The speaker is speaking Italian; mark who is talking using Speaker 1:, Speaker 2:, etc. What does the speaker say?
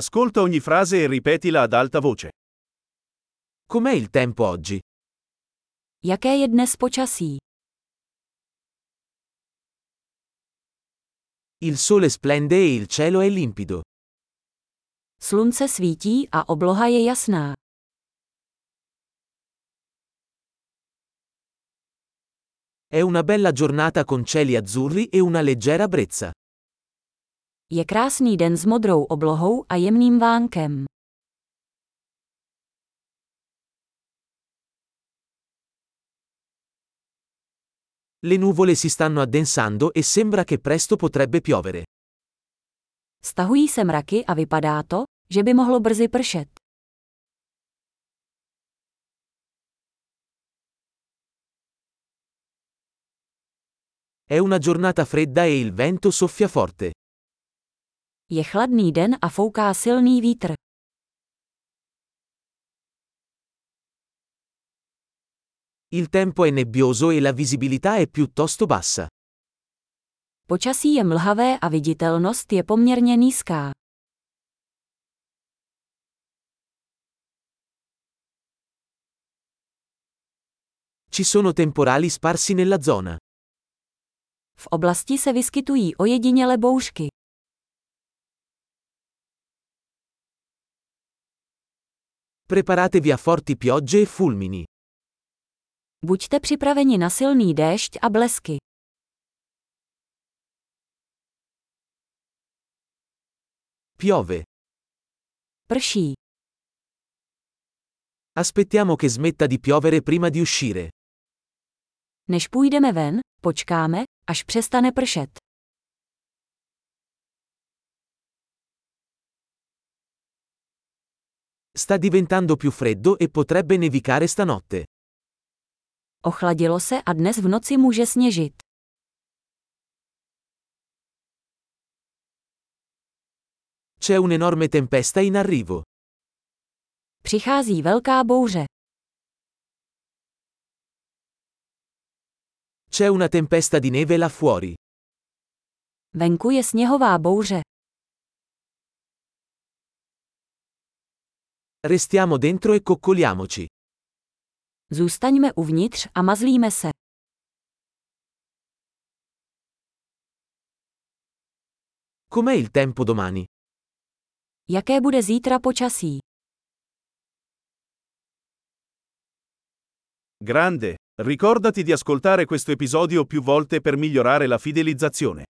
Speaker 1: Ascolta ogni frase e ripetila ad alta voce.
Speaker 2: Com'è il tempo oggi?
Speaker 3: Jaké je dnes počasí?
Speaker 2: Il sole splende e il cielo è limpido.
Speaker 3: Slunce svítí a obloha je jasná.
Speaker 2: È una bella giornata con cieli azzurri e una leggera brezza.
Speaker 3: Je krásný den s modrou oblohou a jemným vánkem.
Speaker 2: Le nuvole si stanno addensando e sembra che presto potrebbe piovere.
Speaker 3: Stahují se mraky a vypadá to, že by mohlo brzy pršet.
Speaker 2: È una giornata fredda e il vento soffia forte.
Speaker 3: Je chladný den a fouká silný vítr.
Speaker 2: Il tempo è nebbioso e la visibilità è piuttosto bassa.
Speaker 3: Počasí je mlhavé a viditelnost je poměrně nízká.
Speaker 2: Ci sono temporali sparsi nella zona.
Speaker 3: V oblasti se vyskytují ojediněle bouřky.
Speaker 2: Preparatevi a forti piogge e fulmini.
Speaker 3: Buďte připraveni na silný déšť a blesky.
Speaker 2: Piove.
Speaker 3: Prší.
Speaker 2: Aspettiamo che smetta di piovere prima di uscire.
Speaker 3: Než půjdeme ven, počkáme, až přestane pršet.
Speaker 2: Sta diventando più freddo e potrebbe nevicare stanotte.
Speaker 3: Ochladilo se a dnes v noci může sněžit.
Speaker 2: C'è un'enorme tempesta in arrivo.
Speaker 3: Přichází velká bouře.
Speaker 2: C'è una tempesta di neve là fuori.
Speaker 3: Venku je sněhová bouře.
Speaker 2: Restiamo dentro e coccoliamoci.
Speaker 3: Zůstaňme uvnitř a mazlíme se.
Speaker 2: Com'è il tempo domani?
Speaker 3: Jaké bude zítra počasí?
Speaker 1: Grande, ricordati di ascoltare questo episodio più volte per migliorare la fidelizzazione.